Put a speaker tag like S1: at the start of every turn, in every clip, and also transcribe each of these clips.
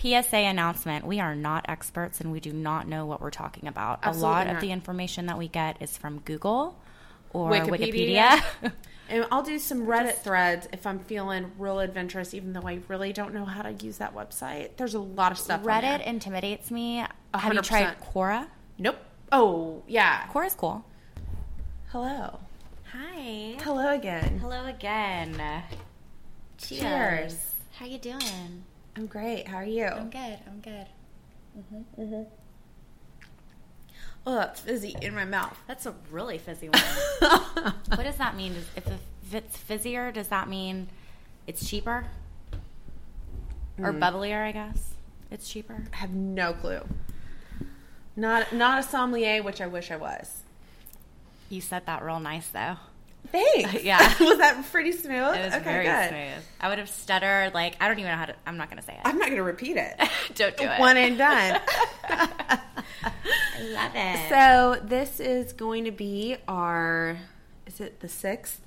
S1: PSA announcement. We are not experts and we do not know what we're talking about.
S2: Absolutely
S1: a lot
S2: not.
S1: of the information that we get is from Google or
S2: Wikipedia. Oh,
S1: Wikipedia.
S2: And I'll do some Reddit threads if I'm feeling real adventurous, even though I really don't know how to use that website. There's a lot of stuff. on
S1: Reddit
S2: there.
S1: intimidates me. Have you tried
S2: 100%.
S1: Quora?
S2: Nope. Oh yeah.
S1: Quora's cool.
S2: Hello.
S1: Hi.
S2: Hello again.
S1: Hello again. Cheers.
S2: Cheers.
S1: How you doing?
S2: I'm great. How are you?
S1: I'm good. I'm good.
S2: Oh, that's fizzy in my mouth.
S1: That's a really fizzy one. what does that mean? Does, if, it- if it's fizzier, does that mean it's cheaper or
S2: Mm.
S1: bubblier? I guess it's cheaper.
S2: I have no clue. Not not a sommelier, which I wish I was.
S1: You said that real nice though.
S2: Thanks.
S1: Yeah.
S2: was that pretty smooth?
S1: It was
S2: okay,
S1: very
S2: good.
S1: smooth. I would have stuttered like I don't even know how to. I'm not gonna say it.
S2: I'm not gonna repeat it.
S1: don't do it.
S2: One and done.
S1: I love it.
S2: so this is going to be our is it the sixth?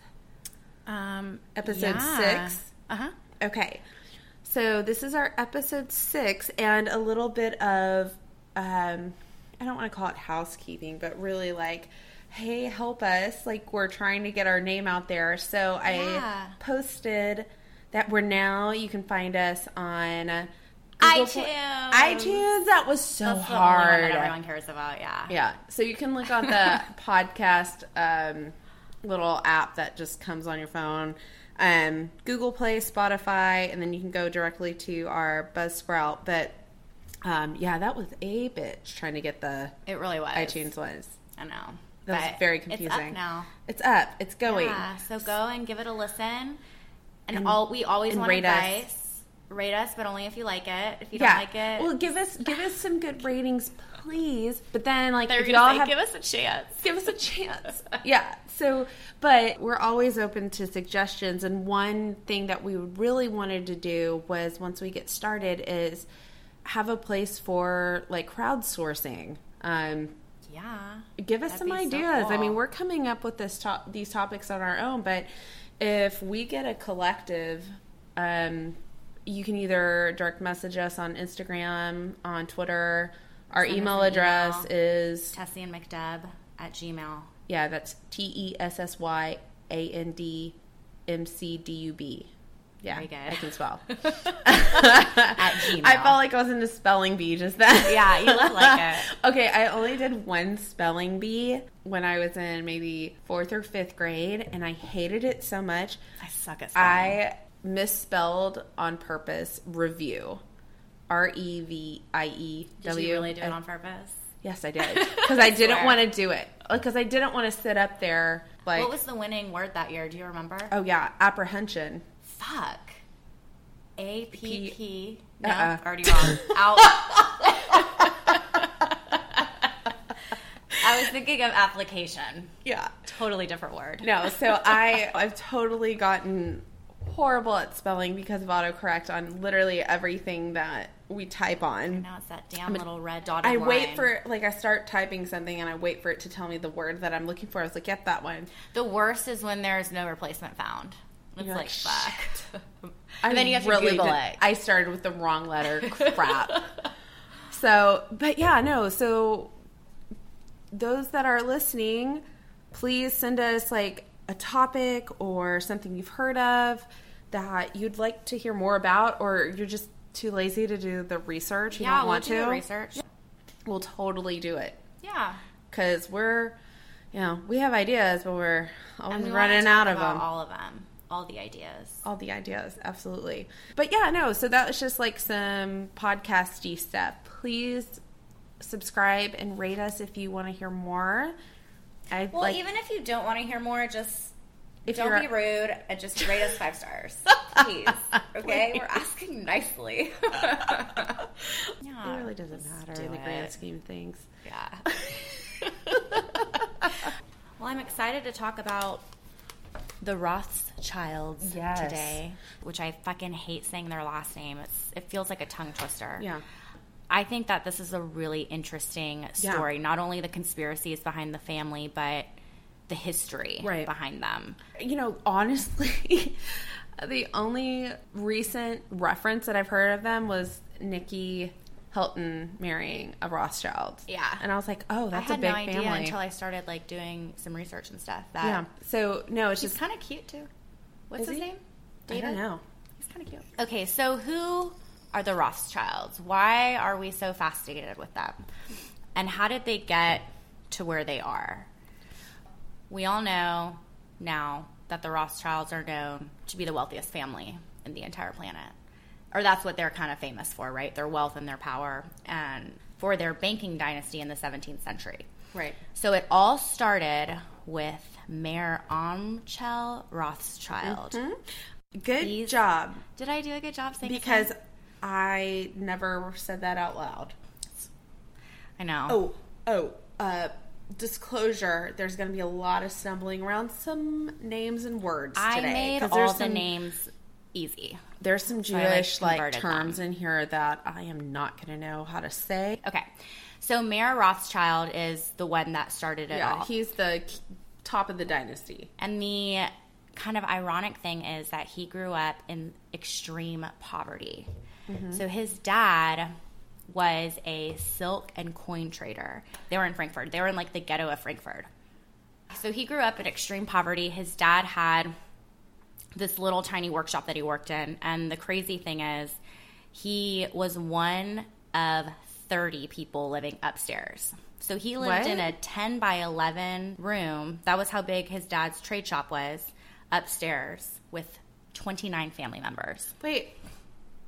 S1: um,
S2: Episode six.
S1: Uh huh.
S2: Okay. So this is our episode six and a little bit of um I don't want to call it housekeeping, but really like Hey, help us. Like, we're trying to get our name out there. So, I
S1: Yeah.
S2: posted that we're now, you can find us on Google Play-
S1: iTunes.
S2: iTunes. That was so
S1: That's the only
S2: Oh, hard.
S1: one that everyone cares about. Yeah.
S2: Yeah. So you can look on the podcast um, little app that just comes on your phone, um, Google Play, Spotify, and then you can go directly to our Buzzsprout. But um, yeah, that was a bitch trying to get the
S1: It really was.
S2: iTunes ones.
S1: I know.
S2: That was
S1: But
S2: very
S1: it's up
S2: confusing.
S1: now.
S2: It's up. It's going.
S1: Yeah, so go and give it a listen. And, all we always
S2: and
S1: want
S2: rate us.
S1: advice. Rate us, but only if you like it. If you
S2: Yeah.
S1: don't like it,
S2: Well, give us give us some good ratings, please. But then, like,
S1: they're
S2: if
S1: gonna
S2: y'all
S1: say,
S2: have
S1: give us a chance.
S2: give us a chance. Yeah. So, but we're always open to suggestions. And one thing that we really wanted to do was once we get started is have a place for like crowdsourcing. Um,
S1: Yeah.
S2: give us
S1: That'd
S2: some
S1: be so
S2: ideas. I mean,
S1: cool.
S2: we're coming up with this top these topics on our own, but if we get a collective, um, you can either direct message us on Instagram, on Twitter. Our
S1: Send us
S2: email
S1: an
S2: address
S1: email.
S2: is
S1: Tessie and McDeb at Gmail.
S2: yeah, that's T E S S Y A N D M C D U B. Yeah,
S1: Very good.
S2: I can spell.
S1: At Gmail.
S2: I felt like I was in a spelling bee just then.
S1: Yeah, you look like it.
S2: okay, I only did one spelling bee when I was in maybe fourth or fifth grade, and I hated it so much.
S1: I suck at spelling.
S2: I misspelled on purpose review. R E V I E
S1: Did
S2: W.
S1: you really do
S2: I
S1: it on purpose?
S2: Yes, I did. Because I didn't
S1: Swear.
S2: want to do it. Because I didn't want to sit up there like.
S1: What was the winning word that year? Do you remember?
S2: oh yeah, apprehension.
S1: Fuck. A P P. No,
S2: Uh-uh.
S1: already wrong. Out. I was thinking of application.
S2: Yeah.
S1: Totally different word.
S2: No. So I I've totally gotten horrible at spelling because of autocorrect on literally everything that we type on.
S1: Now it's that damn little red dotted
S2: I
S1: line.
S2: wait for like I start typing something and I wait for it to tell me the word that I'm looking for. I was like, "Yep, that one."
S1: The worst is when there's no replacement found. It's
S2: You're
S1: like,
S2: like,
S1: fuck.
S2: I
S1: and then you have to
S2: really
S1: Google
S2: did-
S1: it.
S2: I started with the wrong letter. Crap. so, but yeah, no. So, those that are listening, please send us like a topic or something you've heard of that you'd like to hear more about, or you're just too lazy to do the research. You
S1: yeah,
S2: don't
S1: we'll
S2: want
S1: do
S2: to.
S1: the research.
S2: We'll totally do it
S1: Yeah.
S2: because we're, you know, we have ideas, but we're always
S1: And we wanna
S2: running
S1: talk
S2: out of
S1: about
S2: them.
S1: All of them. All the ideas.
S2: all the ideas absolutely but yeah no so that was just like some podcasty stuff please subscribe and rate us if you want to hear more i
S1: Well,
S2: like
S1: even if you don't want to hear more, just
S2: if
S1: Don't
S2: you're
S1: be rude and just rate us five stars. Please. Okay? We're asking nicely. yeah.
S2: it really doesn't matter
S1: do
S2: in the grand
S1: it.
S2: scheme of things
S1: Yeah. well, I'm excited to talk about the Rothschilds
S2: Yes.
S1: today, which I fucking hate saying their last name. It's, it feels like a tongue twister.
S2: yeah
S1: I think that this is a really interesting
S2: Yeah.
S1: story. Not only the conspiracies behind the family, but the history
S2: Right.
S1: behind them.
S2: you know honestly the only recent reference that i've heard of them was Nikki Hilton marrying a Rothschild.
S1: Yeah.
S2: And I was like, oh, that's
S1: I
S2: a
S1: had
S2: big
S1: no idea
S2: family.
S1: until I started like doing some research and stuff. That
S2: yeah. So no, it's
S1: she's
S2: just
S1: kind of cute too. What's
S2: Is
S1: his
S2: he?
S1: name?
S2: I don't know.
S1: He's kind of cute. Okay, so who are the Rothschilds? Why are we so fascinated with them? And how did they get to where they are? We all know now that the Rothschilds are known to be the wealthiest family in the entire planet. Or that's what they're kind of famous for, right? Their wealth and their power and for their banking dynasty in the 17th century.
S2: Right.
S1: So it all started with Mayor Amchel Rothschild.
S2: Good
S1: These-
S2: job.
S1: Did I do a good job saying his name?
S2: Because I never said that out loud.
S1: I know.
S2: Oh, oh, uh, disclosure. There's going to be a lot of stumbling around some names and words
S1: I
S2: today.
S1: made
S2: 'cause
S1: all
S2: there's
S1: the
S2: some-
S1: names easy.
S2: There's
S1: I,
S2: some
S1: like,
S2: Jewish like,
S1: converted
S2: terms
S1: them.
S2: in here that I am not going to know how to say.
S1: Okay. So Mayor Rothschild is the one that started it
S2: Yeah,
S1: all.
S2: he's the k- top of the dynasty.
S1: and the kind of ironic thing is that he grew up in extreme poverty.
S2: Mm-hmm.
S1: So his dad was a silk and coin trader. They were in Frankfurt. They were in like the ghetto of Frankfurt. So he grew up in extreme poverty. His dad had this little tiny workshop that he worked in. And the crazy thing is, he was one of 30 people living upstairs. So he lived
S2: What?
S1: in a 10 by 11 room. That was how big his dad's trade shop was upstairs with 29 family members.
S2: Wait,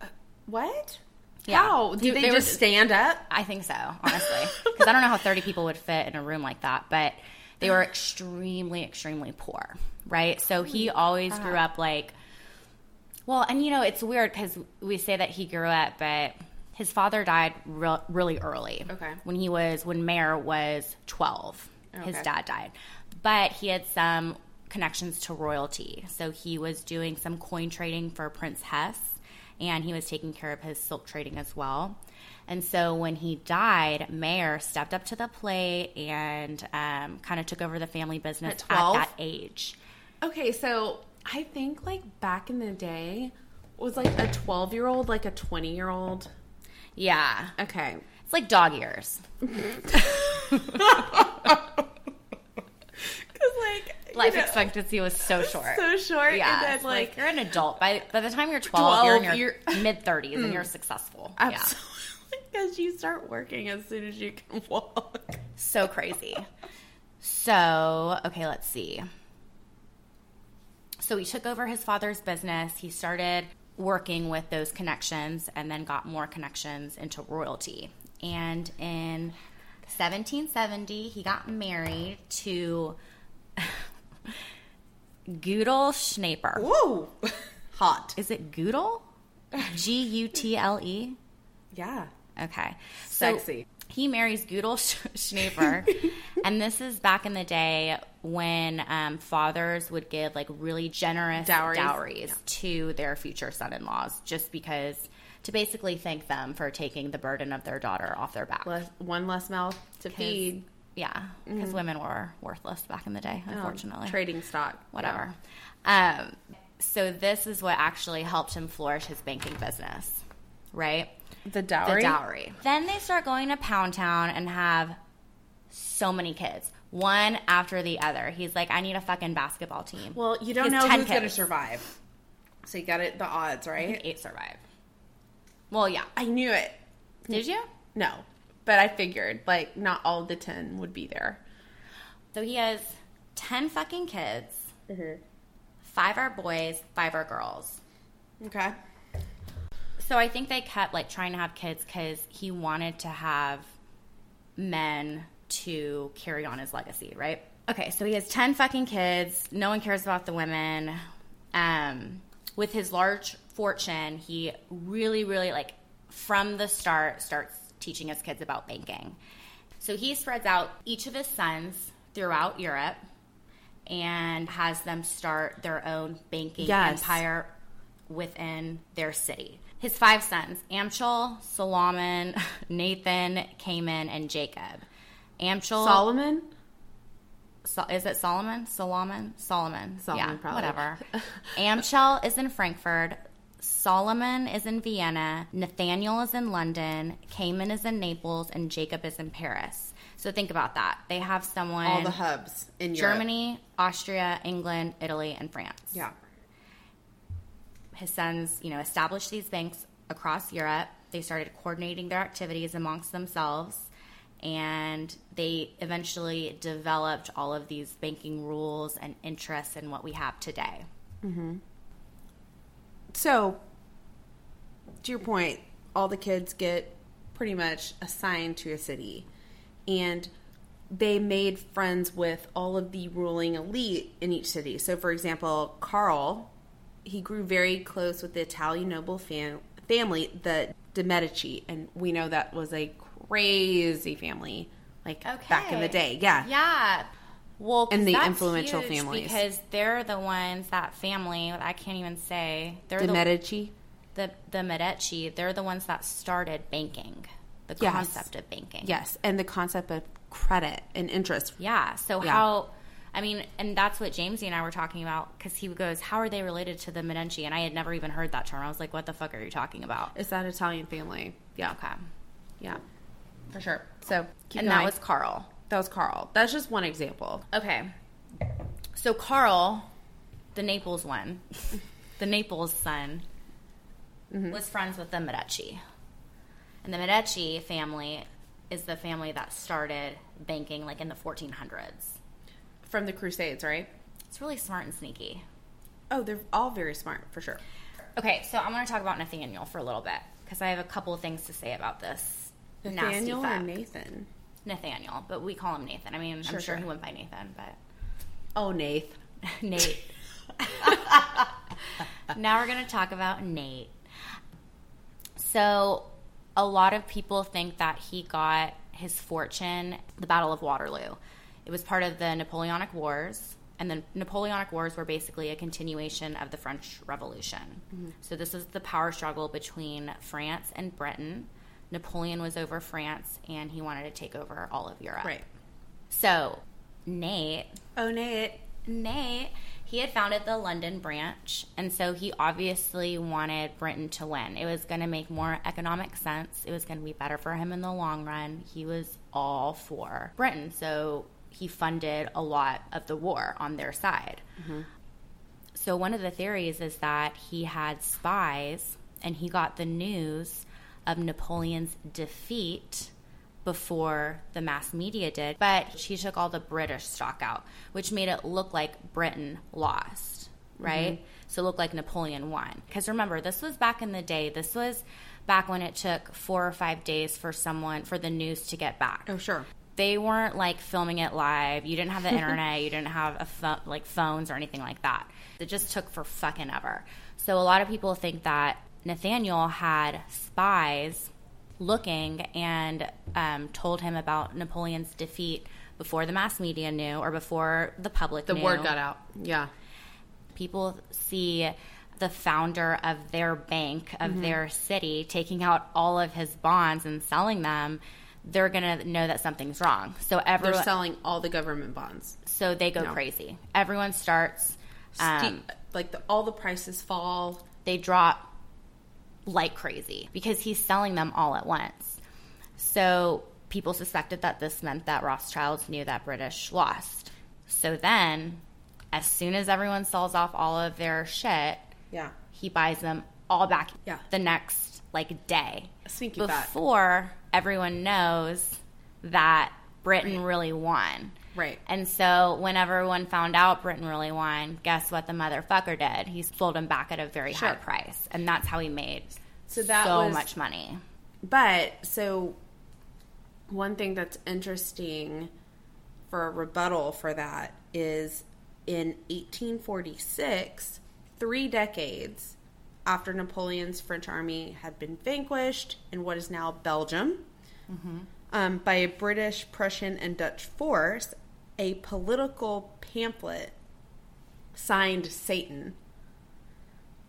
S2: uh, what?
S1: Yeah.
S2: How?
S1: They-
S2: Did they,
S1: they were-
S2: just stand up?
S1: I think so, honestly. Because I don't know how 30 people would fit in a room like that, but they were extremely, extremely poor, right? So he always grew up like, well, and you know, it's weird because we say that he grew up, but his father died real, really early.
S2: Okay.
S1: When he was, when Mayor was 12, his
S2: Okay.
S1: dad died. But he had some connections to royalty. So he was doing some coin trading for Prince Hess and he was taking care of his silk trading as well. And so when he died, Mayer stepped up to the plate and um, kind of took over the family business
S2: At
S1: at,
S2: 12?
S1: that age.
S2: Okay, so I think like back in the day was like a 12 year old, like a 20 year old.
S1: Yeah.
S2: Okay.
S1: It's like dog ears.
S2: Because like, you
S1: Life
S2: know,
S1: expectancy was so short.
S2: so short.
S1: yeah,
S2: And
S1: it's
S2: then like,
S1: you're an adult by by the time you're 12, you're in
S2: 12,
S1: your
S2: you're- Mm.
S1: mid 30s and you're successful. Yeah.
S2: absolutely. Because you start working as soon as you can walk.
S1: So crazy. So, okay, let's see. So he took over his father's business. He started working with those connections and then got more connections into royalty. And in 1770, he got married to Gudel Schnaper.
S2: Whoa. Hot.
S1: Is it Gudel? G U T L E?
S2: Yeah.
S1: Okay. So
S2: Sexy.
S1: He marries Gudel Sch- Schnaper. and this is back in the day when um, fathers would give like really generous
S2: Dowries.
S1: dowries, to their future son in laws just because to basically thank them for taking the burden of their daughter off their back.
S2: Less, one less mouth to
S1: 'Cause-
S2: feed.
S1: Yeah. Because women were worthless back in the day,
S2: Oh,
S1: unfortunately
S2: trading stock.
S1: whatever. Um, so this is what actually helped him flourish his banking business, right?
S2: The dowry.
S1: The dowry. Then they start going to Pound Town and have so many kids, one after the other. He's like, I need a fucking basketball team.
S2: Well, you don't
S1: He has
S2: know
S1: 10
S2: who's going to
S1: kids.
S2: survive. So you got it, the odds, right?
S1: eight survive. Well, yeah.
S2: I knew it.
S1: Did you?
S2: No, but I figured like not all the ten would be there.
S1: So he has ten fucking kids.
S2: Mm-hmm.
S1: Five are boys, five are girls.
S2: Okay.
S1: So I think they kept like trying to have kids because he wanted to have men to carry on his legacy, right? Okay, so he has 10 fucking kids. No one cares about the women. Um, with his large fortune, he really, really, like, from the start, starts teaching his kids about banking. So he spreads out each of his sons throughout Europe and has them start their own banking
S2: Yes.
S1: empire within their city. His five sons, Amchel, Solomon, Nathan, Cayman, and Jacob. Amchel,
S2: Solomon.
S1: Sol- is it Solomon? Solomon? Solomon.
S2: Solomon,
S1: yeah,
S2: probably.
S1: Whatever. Amchel is in Frankfurt. Solomon is in Vienna, Nathaniel is in London, Cayman is in Naples, and Jacob is in Paris. So think about that. They have someone
S2: All the hubs in Europe.
S1: Germany, Austria, England, Italy, and France.
S2: Yeah.
S1: His sons, you know, established these banks across Europe. They started coordinating their activities amongst themselves, and they eventually developed all of these banking rules and interests in what we have today.
S2: So, to your point, all the kids get pretty much assigned to a city, and they made friends with all of the ruling elite in each city. So, for example, Carl, he grew very close with the Italian noble fam- family, the De Medici, and we know that was a crazy family, like back in the day. Yeah,
S1: Yeah. Well, 'cause
S2: And the
S1: that's
S2: influential
S1: huge
S2: families.
S1: because they're the ones that family. I can't even say they're
S2: De
S1: the
S2: Medici.
S1: the the Medici. They're the ones that started banking, the
S2: Yes.
S1: concept of banking.
S2: Yes, and the concept of credit and interest.
S1: Yeah. So
S2: Yeah.
S1: how? I mean, and that's what Jamesy and I were talking about because he goes, "How are they related to the Medici?" And I had never even heard that term. I was like, "What the fuck are you talking about?"
S2: It's that Italian family. Yeah,
S1: Okay,
S2: yeah, for sure. So, keep
S1: and
S2: going.
S1: that was Carl.
S2: that was Carl. That's just one example.
S1: Okay, so Carl, the Naples one, the Naples son, was friends with the Medici, and the Medici family is the family that started banking like in the 1400s.
S2: From the Crusades, right?
S1: It's really smart and sneaky.
S2: Oh, they're all very smart for sure.
S1: Okay, so I'm going to talk about Nathaniel for a little bit because I have a couple of things to say about this nasty
S2: Nathaniel and
S1: fuck.
S2: Nathan.
S1: Nathaniel, but we call him Nathan. I mean, I'm
S2: Sure,
S1: sure,
S2: sure.
S1: he went by Nathan, but
S2: Oh, Nath.
S1: Nate. now we're going to talk about Nate. So, a lot of people think that he got his fortune the Battle of Waterloo. It was part of the Napoleonic Wars, and the Napoleonic Wars were basically a continuation of the French Revolution. So, this is the power struggle between France and Britain. Napoleon was over France, and he wanted to take over all of Europe.
S2: Right.
S1: So, Nate
S2: Oh, Nate.
S1: Nate, he had founded the London branch, and so he obviously wanted Britain to win. It was going to make more economic sense. It was going to be better for him in the long run. He was all for Britain, so he funded a lot of the war on their side. So one of the theories is that he had spies and he got the news of Napoleon's defeat before the mass media did, but she took all the British stock out, which made it look like Britain lost, right? So it looked like Napoleon won. Because remember, this was back in the day. This was back when it took four or five days for someone, for the news to get back
S2: Oh, sure.
S1: they weren't like filming it live. You didn't have the internet. You didn't have a pho- like phones or anything like that. It just took for fucking ever. So a lot of people think that Nathaniel had spies looking and um, told him about Napoleon's defeat before the mass media knew or before the public.
S2: The
S1: knew
S2: word got out. Yeah.
S1: people see the founder of their bank
S2: Mm-hmm.
S1: of their city taking out all of his bonds and selling them they're going to know that something's wrong so
S2: They're
S1: everyone
S2: selling all the government bonds.
S1: so they go
S2: No.
S1: crazy everyone starts um,
S2: Ste- like the, all the prices fall.
S1: they drop like crazy because he's selling them all at once. So people suspected that this meant that Rothschilds knew that British lost. So then, as soon as everyone sells off all of their shit,
S2: Yeah.
S1: he buys them all back
S2: Yeah.
S1: the next like day.
S2: Sneaky bat.
S1: before everyone knows that Britain really won.
S2: Right.
S1: And so when everyone found out Britain really won, guess what the motherfucker did? He sold him back at a very high
S2: Sure.
S1: price. And that's how he made
S2: So that
S1: so
S2: was-
S1: much money.
S2: But so one thing that's interesting for a rebuttal for that is in 1846, three decades after Napoleon's French army had been vanquished in what is now Belgium um, by a British, Prussian, and Dutch force, a political pamphlet signed Satan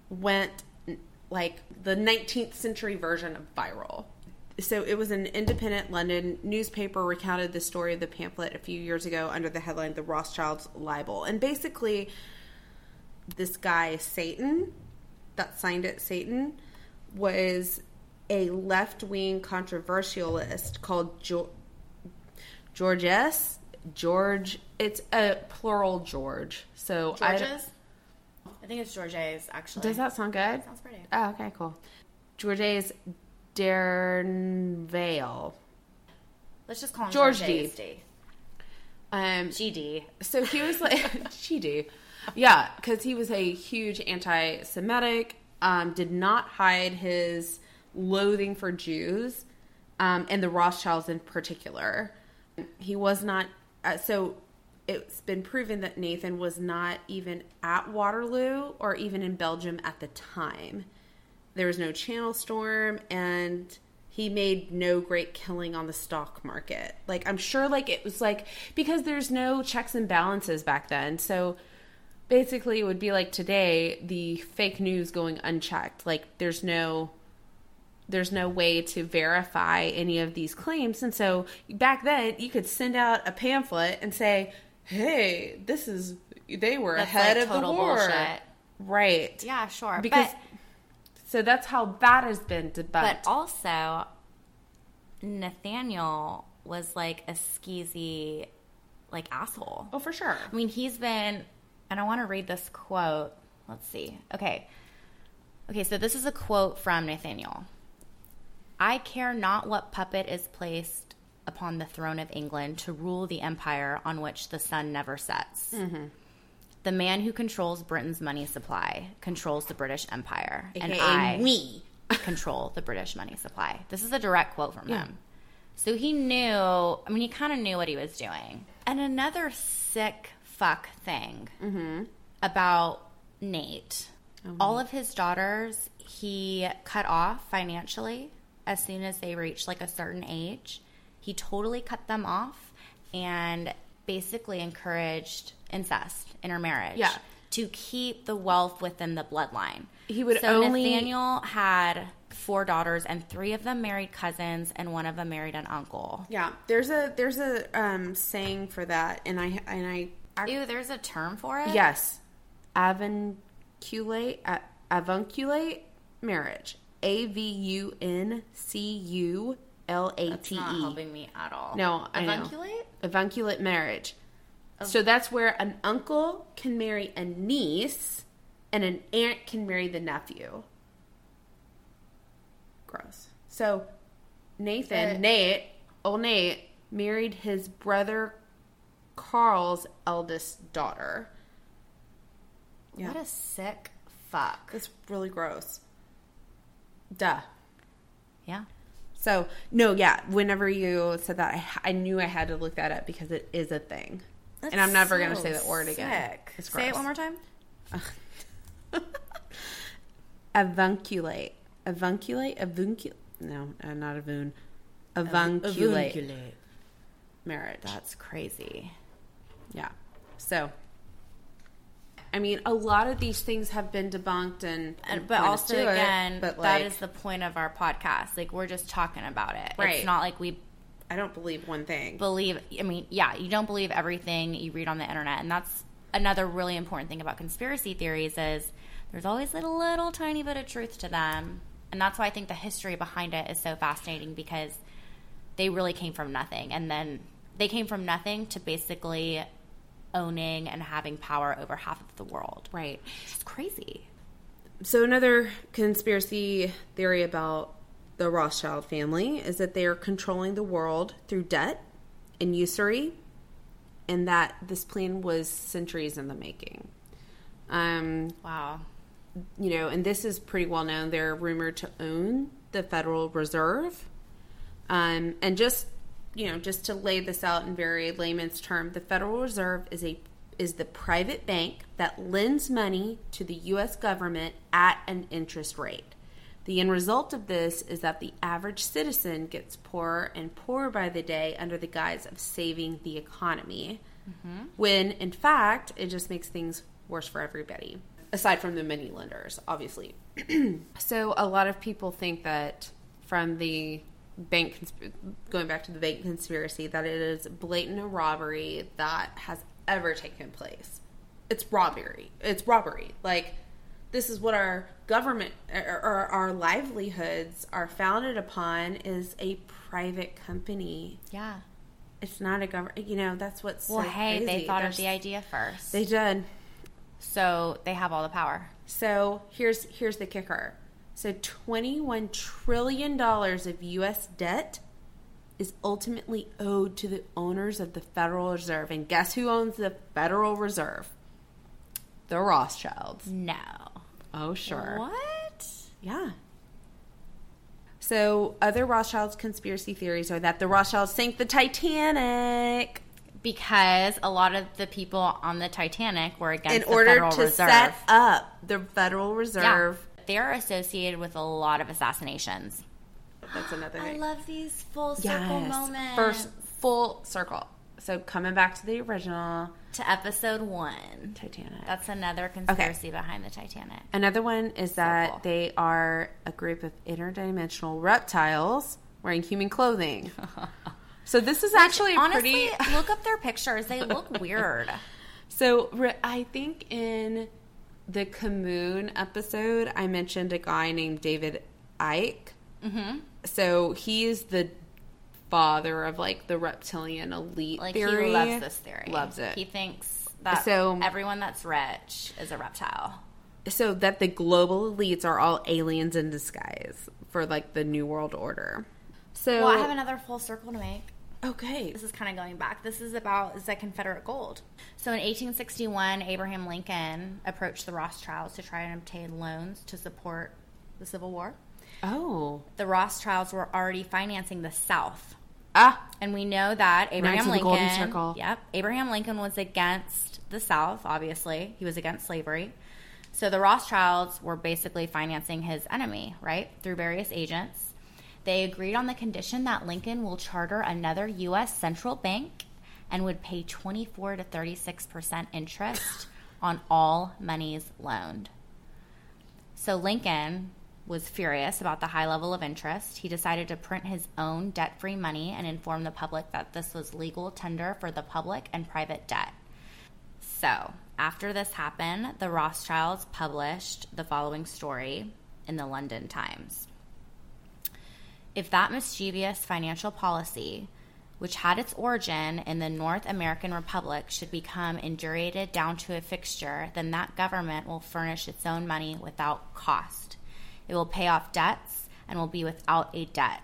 S2: went n- like the 19th century version of viral. So it was an independent London newspaper recounted the story of the pamphlet a few years ago under the headline The Rothschilds Libel. And basically, this guy, Satan, that signed it, Satan, was a left wing controversialist called jo- George S. George. It's a plural George. So I-
S1: George's? I think it's George's actually.
S2: does that sound good?
S1: sounds pretty?
S2: Oh, okay, cool. George's Dernvale.
S1: Let's just call him
S2: George
S1: George
S2: D.
S1: D.
S2: Um,
S1: GD.
S2: so he was like she do yeah because he was a huge anti-semitic um, did not hide his loathing for jews um, and the rothschilds in particular he was not uh, so it's been proven that nathan was not even at waterloo or even in belgium at the time there was no channel storm and he made no great killing on the stock market like i'm sure like it was like because there's no checks and balances back then so basically it would be like today the fake news going unchecked like there's no there's no way to verify any of these claims and so back then you could send out a pamphlet and say hey this is they were
S1: That's,
S2: ahead
S1: like,
S2: of the
S1: total
S2: war
S1: bullshit.
S2: right
S1: Yeah, sure.
S2: because
S1: but,
S2: so that's how that has been
S1: but
S2: debunked.
S1: also, Nathaniel was like a skeezy, like asshole.
S2: oh, for sure.
S1: I mean, he's been, and I want to read this quote. Let's see. Okay. Okay, so this is a quote from Nathaniel I care not what puppet is placed upon the throne of England to rule the empire on which the sun never sets. The man who controls Britain's money supply controls the British Empire, and
S2: AKA
S1: I
S2: me.
S1: control the British money supply. This is a direct quote from him. So he knew, I mean, he kind of knew what he was doing. And another sick fuck thing about Nate
S2: Oh,
S1: all of his daughters, he cut off financially as soon as they reached like a certain age. He totally cut them off and basically encouraged incest, intermarriage.
S2: Yeah.
S1: To keep the wealth within the bloodline.
S2: He would
S1: so
S2: only-
S1: Nathaniel had four daughters, and three of them married cousins, and one of them married an uncle.
S2: Yeah, there's a there's a um saying for that, and I and I, I
S1: Ew, there's a term for it.
S2: yes, avunculate a- avunculate marriage. A v u n c u l a
S1: It's
S2: t
S1: not
S2: e.
S1: helping me at all.
S2: No, I know.
S1: Avunculate?
S2: Avunculate marriage.
S1: Oh.
S2: So that's where an uncle can marry a niece, and an aunt can marry the nephew. Gross. So Nathan,
S1: Uh,
S2: Nate, old Nate, married his brother Carl's eldest daughter. Yeah.
S1: What a sick fuck.
S2: That's really gross. Duh.
S1: Yeah.
S2: So no, yeah. Whenever you said that, I, h- I knew I had to look that up because it is a thing, and I'm never gonna say that word again. It's gross.
S1: Say it one more time.
S2: Avunculate. Avunculate. Avunculate. No, uh, not avoon. Avunculate. marriage.
S1: That's crazy.
S2: Yeah. So, I mean, a lot of these things have been debunked, and,
S1: And,
S2: and
S1: but
S2: pointed
S1: also,
S2: to it,
S1: again,
S2: but
S1: that
S2: like,
S1: is the point of our podcast. Like, we're just talking about it.
S2: Right.
S1: It's not like we
S2: I don't believe one thing.
S1: believe, I mean, yeah, you don't believe everything you read on the internet. And that's another really important thing about conspiracy theories is there's always a little tiny bit of truth to them. And that's why I think the history behind it is so fascinating because they really came from nothing. And then they came from nothing to basically owning and having power over half of the world.
S2: right.
S1: It's crazy.
S2: So, another conspiracy theory about the Rothschild family is that they are controlling the world through debt and usury, and that this plan was centuries in the making. Um,
S1: Wow.
S2: you know, and this is pretty well known, they're rumored to own the Federal Reserve. Um, and just, you know, just to lay this out in very layman's term, the Federal Reserve is a is the private bank that lends money to the U.S. government at an interest rate. The end result of this is that the average citizen gets poorer and poorer by the day under the guise of saving the economy, when in fact, it just makes things worse for everybody, aside from the many lenders, obviously. so, a lot of people think that from the bank, consp- going back to the bank conspiracy, that it is blatant robbery that has ever taken place. It's robbery. It's robbery. Like, this is what our government or, or our livelihoods are founded upon is a private company.
S1: Yeah.
S2: It's not a government. You know, that's what's
S1: Well,
S2: so
S1: hey, they
S2: crazy.
S1: thought
S2: There's-
S1: of the idea first.
S2: They did.
S1: so they have all the power.
S2: So here's here's the kicker. So twenty one trillion dollars of US debt is ultimately owed to the owners of the Federal Reserve. And guess who owns the Federal Reserve? The Rothschilds.
S1: No.
S2: Oh sure.
S1: What?
S2: Yeah. So other Rothschilds conspiracy theories are that the Rothschilds sank the Titanic
S1: Because a lot of the people on the Titanic were against
S2: in
S1: the
S2: order
S1: Federal
S2: to
S1: Reserve.
S2: set up the Federal Reserve.
S1: Yeah. They're associated with a lot of assassinations.
S2: That's another
S1: I
S2: thing.
S1: love these full circle moments.
S2: First full circle. So coming back to the original
S1: to episode one.
S2: Titanic.
S1: That's another conspiracy behind the Titanic.
S2: Another one is that
S1: cool.
S2: they are a group of interdimensional reptiles wearing human clothing. so this is actually a
S1: Honestly,
S2: pretty.
S1: look up their pictures. They look weird.
S2: So re- I think in the Camoon episode, I mentioned a guy named David Ike.
S1: hmm
S2: So he's the father of like the reptilian elite
S1: Like
S2: theory.
S1: he loves this theory.
S2: Loves it.
S1: He thinks that
S2: So-
S1: everyone that's rich is a reptile.
S2: so that the global elites are all aliens in disguise for like the new world order. So
S1: Well, I have another full circle to make.
S2: okay,
S1: This is kind of going back. This is about is that Confederate gold. So in 1861, Abraham Lincoln approached the Rothschilds to try and obtain loans to support the Civil War.
S2: oh
S1: The Rothschilds were already financing the South
S2: ah,
S1: And we know that Abraham
S2: to the
S1: Lincoln.
S2: Golden Circle.
S1: Yep. Abraham Lincoln was against the South, obviously. He was against slavery. So the Rothschilds were basically financing his enemy, right? Through various agents. They agreed on the condition that Lincoln will charter another U.S. central bank and would pay 24 to 36% interest on all monies loaned. So Lincoln was furious about the high level of interest. He decided to print his own debt free money and inform the public that this was legal tender for the public and private debt. So, after this happened, the Rothschilds published the following story in the London Times. If that mischievous financial policy, which had its origin in the North American Republic, should become indurated down to a fixture, then that government will furnish its own money without cost. It will pay off debts and will be without a debt.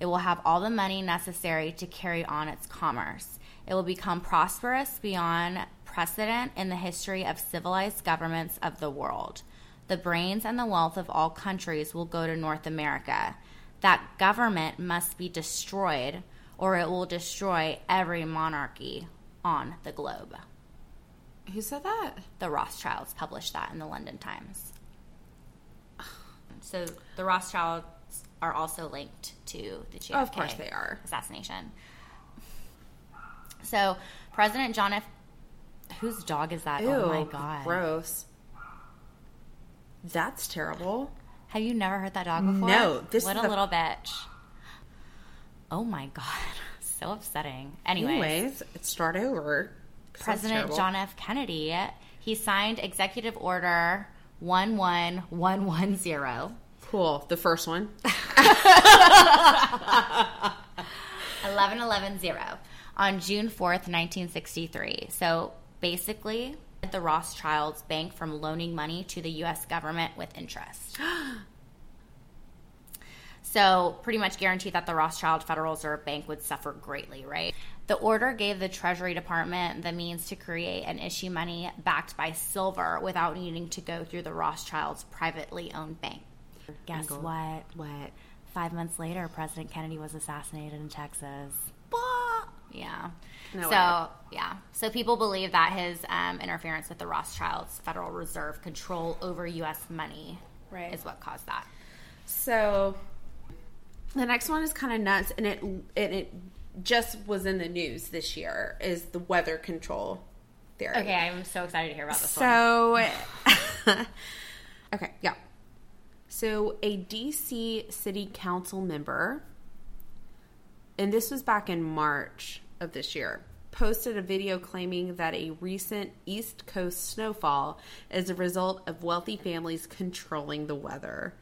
S1: It will have all the money necessary to carry on its commerce. It will become prosperous beyond precedent in the history of civilized governments of the world. The brains and the wealth of all countries will go to North America. That government must be destroyed, or it will destroy every monarchy on the globe.
S2: who said that?
S1: The Rothschilds published that in the London Times. So the Rothschilds are also linked to the JFK
S2: Oh, of course they are.
S1: assassination. So President John F. Whose dog is that? oh my
S2: Ew,
S1: god!
S2: gross. That's terrible.
S1: Have you never heard that dog before?
S2: No, this
S1: what
S2: is
S1: a
S2: the-
S1: little bitch. Oh my god, so upsetting. Anyway,
S2: Anyways, let's start over. Sounds
S1: President
S2: terrible.
S1: John F. Kennedy, he signed Executive Order one one one one zero.
S2: Cool. The first one.
S1: 11110 on June 4th, 1963. So basically, the Rothschilds bank from loaning money to the US government with interest. so, pretty much guaranteed that the Rothschild Federal Reserve Bank would suffer greatly, right? The order gave the Treasury Department the means to create and issue money backed by silver without needing to go through the Rothschilds' privately owned bank. Guess what?
S2: What?
S1: Five months later, President Kennedy was assassinated in Texas. Yeah.
S2: No
S1: so,
S2: way.
S1: yeah. So people believe that his um, interference with the Rothschilds' Federal Reserve control over U.S. money
S2: Right.
S1: is what caused that.
S2: So the next one is kind of nuts, and it and it just was in the news this year. Is the weather control theory?
S1: Okay, I'm so excited to hear about this one.
S2: So, okay, yeah. So, a DC city council member, and this was back in March of this year, posted a video claiming that a recent East Coast snowfall is a result of wealthy families controlling the weather.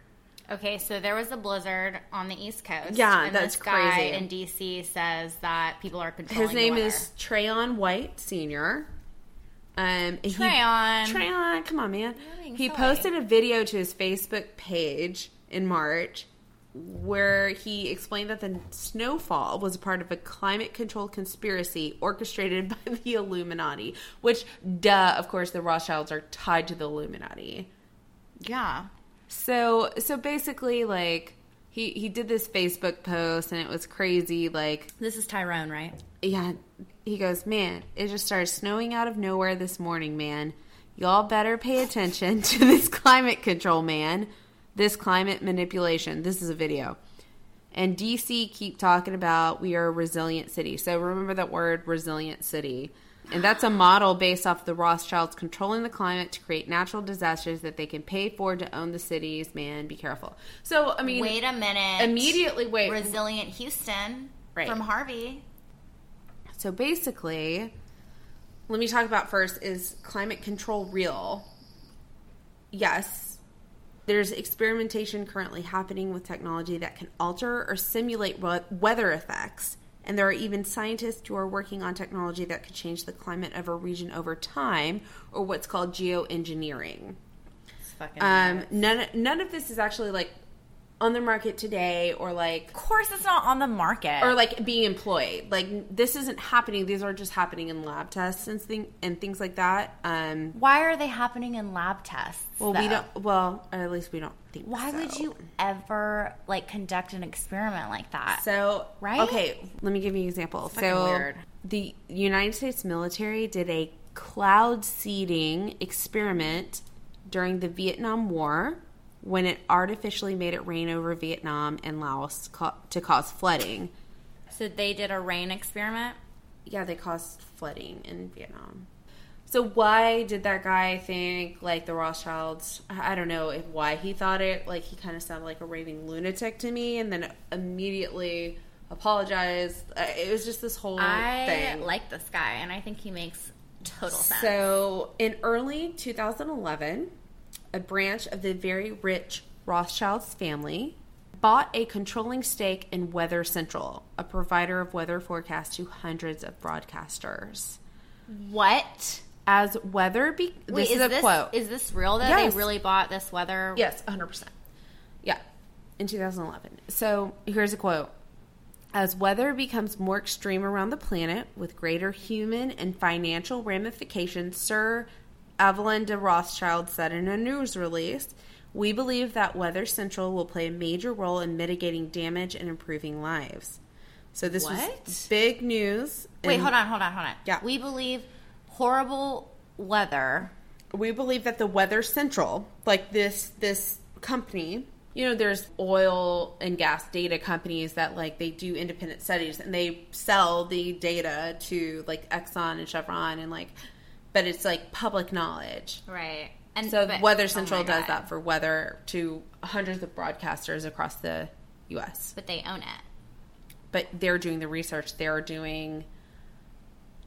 S1: Okay, so there was a blizzard on the East Coast.
S2: Yeah,
S1: and
S2: that's
S1: this guy
S2: crazy.
S1: in DC says that people are controlling.
S2: His name
S1: the weather.
S2: is Trayon White Senior. Um, and he-
S1: Trayon.
S2: Trayon, come on, man.
S1: being
S2: He
S1: silly.
S2: posted a video to his Facebook page in March where he explained that the snowfall was a part of a climate control conspiracy orchestrated by the Illuminati, which, duh, of course, the Rothschilds are tied to the Illuminati.
S1: yeah.
S2: So so basically like he he did this Facebook post and it was crazy like
S1: This is Tyrone, right?
S2: yeah he goes man it just started snowing out of nowhere this morning man y'all better pay attention to this climate control man this climate manipulation this is a video and DC keep talking about we are a resilient city so remember that word resilient city and that's a model based off the Rothschilds controlling the climate to create natural disasters that they can pay for to own the cities man be careful so i mean
S1: Wait a minute.
S2: immediately wait
S1: Resilient Houston
S2: Right.
S1: from Harvey.
S2: So basically, let me talk about first is climate control real? Yes. There's experimentation currently happening with technology that can alter or simulate we- weather effects. And there are even scientists who are working on technology that could change the climate of a region over time, or what's called geoengineering.
S1: It's fucking.
S2: Um, none, none of this is actually like on the market today or like
S1: of course, it's not on the market.
S2: or like being employed. Like this isn't happening. These are just happening in lab tests and thing and things like that. Um,
S1: why are they happening in lab tests?
S2: well, we
S1: though?
S2: don't. Well, or at least we don't think.
S1: Why
S2: so.
S1: would you ever like conduct an experiment like that?
S2: So
S1: Right?
S2: Okay, let me give you an example.
S1: fucking
S2: So
S1: weird.
S2: the United States military did a cloud seeding experiment during the Vietnam War when it artificially made it rain over Vietnam and Laos ca- to cause flooding.
S1: So they did a rain experiment.
S2: yeah, they caused flooding in Vietnam. So why did that guy think like the Rothschilds? I I don't know if why he thought it. Like he kind of sounded like a raving lunatic to me, and then immediately apologized. Uh, It was just this whole
S1: I
S2: thing.
S1: like this guy, and I think he makes total sense.
S2: So, in early 2011, a branch of the very rich Rothschilds family bought a controlling stake in Weather Central, a provider of weather forecasts to hundreds of broadcasters.
S1: what?
S2: As weather, be- this
S1: Wait,
S2: is, a
S1: this,
S2: quote.
S1: Is this real? That
S2: Yes.
S1: they really bought this weather?
S2: Yes, 100%. Yeah, in 2011. So here's a quote As weather becomes more extreme around the planet with greater human and financial ramifications, Sir Evelyn de Rothschild said in a news release, we believe that Weather Central will play a major role in mitigating damage and improving lives. So this was
S1: What?
S2: big news.
S1: Wait,
S2: and
S1: hold on, hold on, hold on.
S2: Yeah.
S1: We believe horrible weather.
S2: we believe that the Weather Central, like this this company, you know, there's oil and gas data companies that like they do independent studies and they sell the data to like Exxon and Chevron and like, but it's like public knowledge.
S1: Right. And
S2: So
S1: but- oh
S2: Weather
S1: my
S2: Central does
S1: God.
S2: that for weather to hundreds of broadcasters across the U.S.
S1: But they own it.
S2: But they're doing the research. They're doing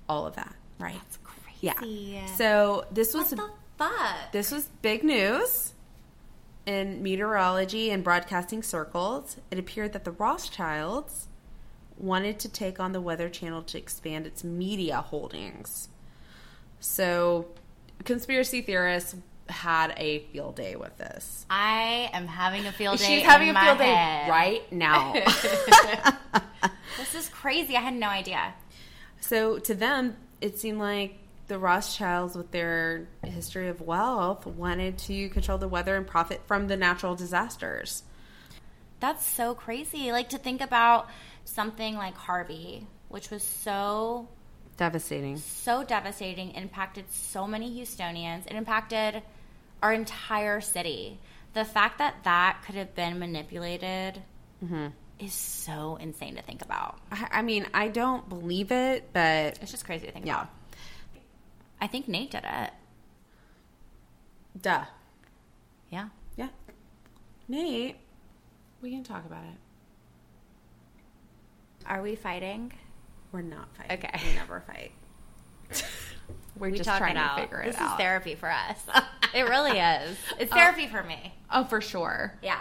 S2: all of that, right?
S1: It's
S2: yeah.
S1: crazy.
S2: So this was
S1: what the fuck?
S2: this was big news in meteorology and broadcasting circles. It appeared that the Rothschilds wanted to take on the Weather Channel to expand its media holdings. So, conspiracy theorists had a field day with this.
S1: I am having a field day.
S2: She's having
S1: in
S2: a
S1: my
S2: field
S1: head.
S2: day right now.
S1: This is crazy. I had no idea.
S2: So to them, it seemed like the Rothschilds, with their history of wealth, wanted to control the weather and profit from the natural disasters.
S1: That's so crazy. Like to think about something like Harvey, which was so
S2: Devastating.
S1: so devastating, impacted so many Houstonians. It impacted our entire city. The fact that that could have been manipulated
S2: Mm-hmm.
S1: is so insane to think about.
S2: I I mean, I don't believe it, but
S1: It's just crazy to think
S2: yeah,
S1: about. I think Nate did it.
S2: duh,
S1: Yeah.
S2: yeah. Nate, we can talk about it.
S1: Are we fighting?
S2: We're not fighting.
S1: Okay.
S2: We never fight.
S1: We're
S3: We
S1: just
S3: talk
S1: trying
S3: it
S1: to
S3: out.
S1: figure it
S3: This is
S1: out. therapy for us. it really is. It's therapy for me.
S3: Oh, for sure.
S1: Yeah.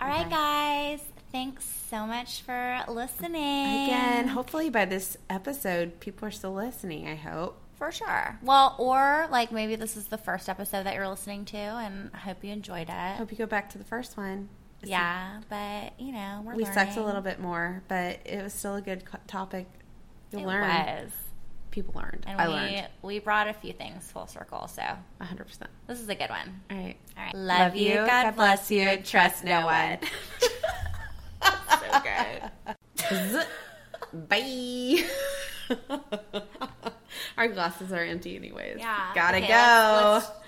S1: All right, guys. Thanks so much for listening.
S2: Again, hopefully by this episode, people are still listening, I hope.
S1: For sure. Well, or like maybe this is the first episode that you're listening to, and I hope you enjoyed
S2: I
S1: it.
S2: hope you go back to the first one.
S1: Yeah, but you know we're
S2: We sucked a
S1: learning.
S2: little bit more, but it was still a good co- topic. You
S1: It
S2: learn.
S1: was,
S2: People learned.
S1: and
S2: I
S1: we
S2: learned.
S1: we brought a few things full circle. So
S2: 100%.
S1: this is a good one.
S2: All right.
S1: All right,
S2: Love, you. God, bless you. and Trust no one.
S1: so good.
S2: Bye. Our glasses are empty, anyways.
S1: Yeah.
S2: Gotta
S1: Okay,
S2: go.
S1: let's- let's